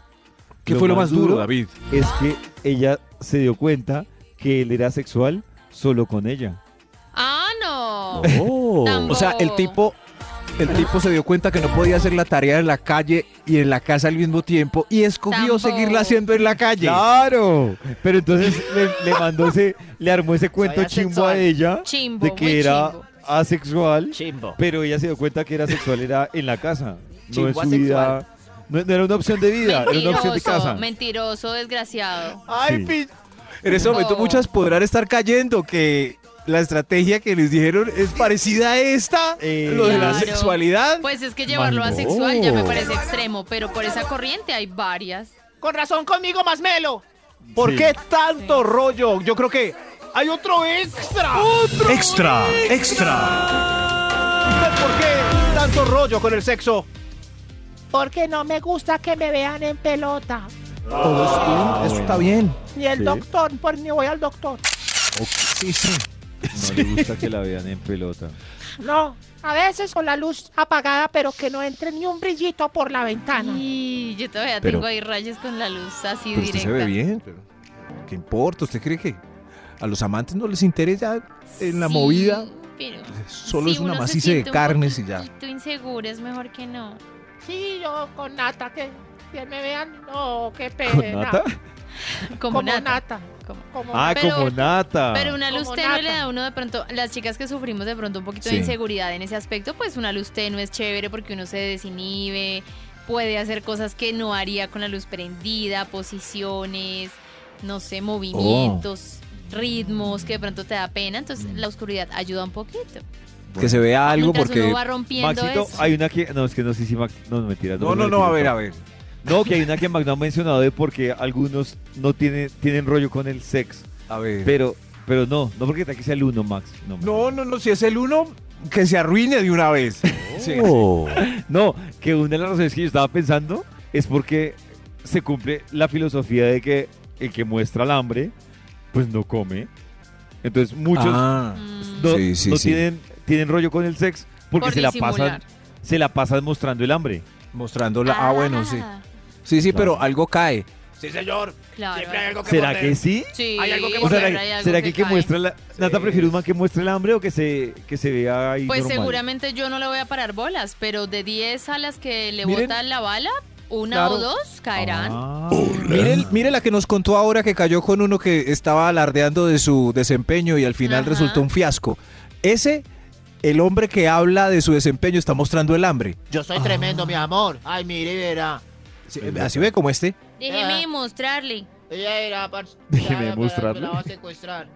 Speaker 3: ¿Qué fue lo más duro, David?
Speaker 4: Es que ella se dio cuenta que él era sexual solo con ella.
Speaker 2: Ah, no.
Speaker 12: Oh.
Speaker 2: Tampoco.
Speaker 3: O sea, el tipo, el tipo se dio cuenta que no podía hacer la tarea en la calle y en la casa al mismo tiempo y escogió
Speaker 2: Tampoco.
Speaker 3: seguirla haciendo en la calle.
Speaker 4: Claro, pero entonces le, le mandó ese, le armó ese cuento
Speaker 12: Soy
Speaker 4: chimbo a
Speaker 12: asexual.
Speaker 4: ella
Speaker 2: Chimbo,
Speaker 4: de que
Speaker 2: muy
Speaker 4: era
Speaker 2: chimbo.
Speaker 4: asexual,
Speaker 12: Chimbo.
Speaker 4: pero ella se dio cuenta que era sexual era en la casa, no
Speaker 12: Chimbo
Speaker 4: en su vida, no, no era una opción de vida, era una opción
Speaker 2: Mentiroso,
Speaker 4: de casa.
Speaker 2: mentiroso, desgraciado.
Speaker 4: Sí.
Speaker 14: Ay, pi-
Speaker 3: En ese momento
Speaker 2: Oh.
Speaker 3: muchas podrán estar cayendo que la estrategia que les dijeron es parecida a esta,
Speaker 4: Eh,
Speaker 3: lo de la
Speaker 2: Claro.
Speaker 3: sexualidad.
Speaker 2: Pues es que llevarlo a
Speaker 4: Maldito.
Speaker 2: sexual ya me parece extremo, pero por esa corriente hay varias.
Speaker 6: Con razón conmigo, más melo.
Speaker 3: ¿Por
Speaker 4: Sí.
Speaker 3: qué tanto rollo? Yo creo que hay otro extra. ¿Otro?
Speaker 5: Extra, extra,
Speaker 3: ¿Por qué tanto rollo con el sexo?
Speaker 6: Porque no me gusta que me vean en pelota.
Speaker 4: Ah,
Speaker 3: Eso está bien.
Speaker 6: Ni el
Speaker 4: Sí.
Speaker 6: doctor, pues ni voy al doctor.
Speaker 3: Sí, sí.
Speaker 4: No le gusta que la vean en pelota.
Speaker 6: No, a veces con la luz apagada, pero que no entre ni un brillito por la
Speaker 3: Ah,
Speaker 6: ventana.
Speaker 2: Y yo todavía
Speaker 3: Pero-
Speaker 2: tengo ahí rayas con la luz así
Speaker 3: Pero usted
Speaker 2: directa.
Speaker 3: se ve bien. pero ¿Qué importa? ¿Usted cree que a los amantes no les interesa en la
Speaker 2: Sí,
Speaker 3: movida?
Speaker 2: pero
Speaker 3: Solo
Speaker 2: si
Speaker 3: es una
Speaker 2: uno se
Speaker 3: maciza de
Speaker 2: siente un
Speaker 3: carnes y ya.
Speaker 2: poquito inseguro es mejor
Speaker 3: *laughs*
Speaker 2: que no.
Speaker 6: Sí, yo con nata, que, que me vean. No, qué pena.
Speaker 4: ¿Con nata?
Speaker 2: Como,
Speaker 6: Como
Speaker 2: nata.
Speaker 6: nata.
Speaker 2: Como-
Speaker 6: Como
Speaker 4: Ah,
Speaker 2: Pero-
Speaker 4: como nata.
Speaker 2: Pero una luz
Speaker 6: Como
Speaker 2: tenue le
Speaker 6: nata.
Speaker 2: da a uno de pronto, las chicas que sufrimos de pronto un poquito de
Speaker 3: Sí.
Speaker 2: inseguridad en ese aspecto, pues una luz tenue es chévere porque uno se desinhibe, puede hacer cosas que no haría con la luz prendida, posiciones, no sé, movimientos,
Speaker 3: Oh.
Speaker 2: ritmos que de pronto te da pena, entonces la oscuridad ayuda un poquito.
Speaker 3: Que se vea Mm. algo
Speaker 2: Mientras
Speaker 3: porque...
Speaker 2: uno va rompiendo
Speaker 4: Maxito,
Speaker 2: eso.
Speaker 4: hay una que. No, es que no sé si Max. No, no, mentira.
Speaker 3: No, no,
Speaker 4: me
Speaker 3: no, a
Speaker 4: mentira,
Speaker 3: ver, a ver.
Speaker 4: No, que hay una que Max no ha mencionado de porque algunos no tienen, tienen rollo con el sexo.
Speaker 3: A ver.
Speaker 4: Pero, pero no, no porque te sea el uno, Max. No,
Speaker 3: No, no, no, si es el uno, que se arruine de una vez. Sí.
Speaker 12: Oh.
Speaker 4: No, que una de las razones que yo estaba pensando es porque se cumple la filosofía de que el que muestra el hambre, pues no come. Entonces muchos
Speaker 3: Ah.
Speaker 2: Mm,
Speaker 4: no,
Speaker 3: Sí, sí,
Speaker 4: no
Speaker 3: sí.
Speaker 4: Tienen, tienen rollo con el sexo porque
Speaker 2: Por
Speaker 4: se la,
Speaker 2: disimular.
Speaker 4: pasan, se la pasan mostrando el hambre.
Speaker 3: Mostrando la... Ah, bueno, sí. Sí, sí,
Speaker 4: Claro.
Speaker 3: pero algo cae.
Speaker 14: Sí, señor.
Speaker 2: Claro.
Speaker 14: Siempre hay algo que
Speaker 4: ¿Será
Speaker 14: morder.
Speaker 4: que sí?
Speaker 2: Sí,
Speaker 14: Hay algo que
Speaker 2: siempre
Speaker 4: O sea,
Speaker 14: morder,
Speaker 2: hay
Speaker 4: ¿Será,
Speaker 2: algo
Speaker 4: será que, que
Speaker 2: cae.
Speaker 4: muestra la... Nata prefiere un man que muestre el hambre o que se, que se vea ahí
Speaker 2: Pues
Speaker 4: normal?
Speaker 2: seguramente yo no le voy a parar bolas, pero de 10 a las que le
Speaker 3: Miren.
Speaker 2: botan la bala, una
Speaker 3: Claro.
Speaker 2: o dos caerán.
Speaker 4: Ah.
Speaker 3: Mire, mire la que nos contó ahora que cayó con uno que estaba alardeando de su desempeño y al final
Speaker 2: Ajá.
Speaker 3: resultó un fiasco. Ese, el hombre que habla de su desempeño está mostrando el hambre.
Speaker 6: Yo soy tremendo, mi amor. Ay, mire, verá.
Speaker 3: Sí, Así ve como este.
Speaker 6: Ah.
Speaker 2: Déjeme mostrarle.
Speaker 6: Ella era para.
Speaker 4: Déjeme mostrarle.
Speaker 6: La va a secuestrar.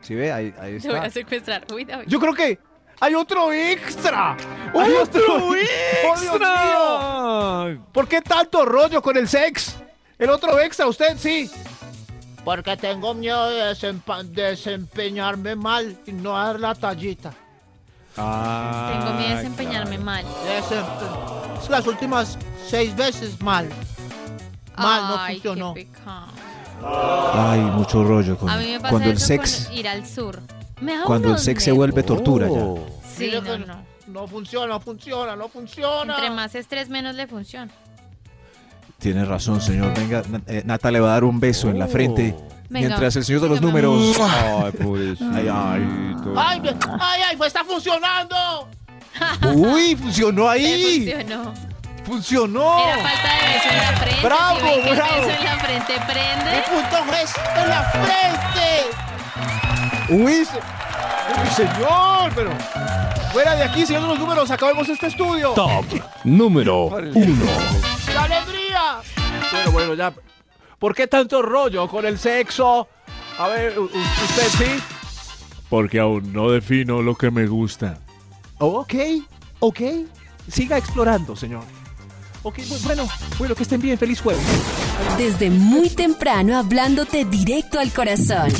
Speaker 3: Sí ve, ahí, ahí
Speaker 2: Te voy
Speaker 3: está.
Speaker 2: a secuestrar. Uy, David.
Speaker 3: Yo creo que hay otro extra. ¡Hay otro *laughs* ¡Oh, extra! ¿Por qué tanto rollo con el sex? El otro extra, usted sí.
Speaker 6: Porque tengo miedo de desempa- desempeñarme mal y no dar la tallita.
Speaker 2: Tengo miedo de desempeñarme mal.
Speaker 6: Desem- Las últimas seis veces mal. Mal, no
Speaker 2: Ay, qué
Speaker 6: funcionó.
Speaker 2: pecado.
Speaker 3: Ay, mucho rollo con,
Speaker 2: A mí me pasa
Speaker 3: cuando el
Speaker 2: eso
Speaker 3: sex,
Speaker 2: con ir al sur. Me da
Speaker 3: cuando el
Speaker 2: unos
Speaker 3: sex se
Speaker 2: nervios.
Speaker 3: vuelve tortura ya.
Speaker 12: Oh.
Speaker 2: Sí,
Speaker 6: Mira
Speaker 2: no,
Speaker 6: que-
Speaker 2: no.
Speaker 6: No funciona, no funciona, no funciona.
Speaker 2: Entre más estrés, menos le funciona.
Speaker 3: Tiene razón, señor. Venga, Na- eh, Nata le va a dar un beso en la frente.
Speaker 2: Oh. Venga.
Speaker 3: Mientras el señor de los
Speaker 2: Venga, mamá.
Speaker 3: números.
Speaker 4: Ay, pobrecito.
Speaker 3: Ay, ay.
Speaker 6: ¡Ay, ve- ay, ay! Pues
Speaker 2: *laughs*
Speaker 6: ¡Está funcionando!
Speaker 3: ¡Uy! ¡Funcionó
Speaker 2: Le
Speaker 3: ahí!
Speaker 2: funcionó.
Speaker 3: ¡Funcionó!
Speaker 2: Era falta de beso en la frente.
Speaker 3: Bravo,
Speaker 2: si ven que el
Speaker 3: bravo.
Speaker 2: beso en la frente prende.
Speaker 6: ¡El punto G en la frente!
Speaker 3: ¡Uy! se- ¡Uy, señor! Pero. Fuera de aquí, señor de los números, acabemos este estudio.
Speaker 5: top número uno.
Speaker 6: ¡La alegría!
Speaker 3: Bueno, bueno, ya. ¿Por qué tanto rollo con el sexo? A ver, u- u- ¿usted sí?
Speaker 15: Porque aún no defino lo que me gusta.
Speaker 3: Ok, ok. Siga explorando, señor. Ok, bu- bueno, bueno, que estén bien. Feliz jueves.
Speaker 1: Desde muy temprano hablándote directo al corazón.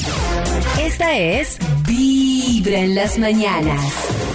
Speaker 1: Esta es Vibra en las mañanas.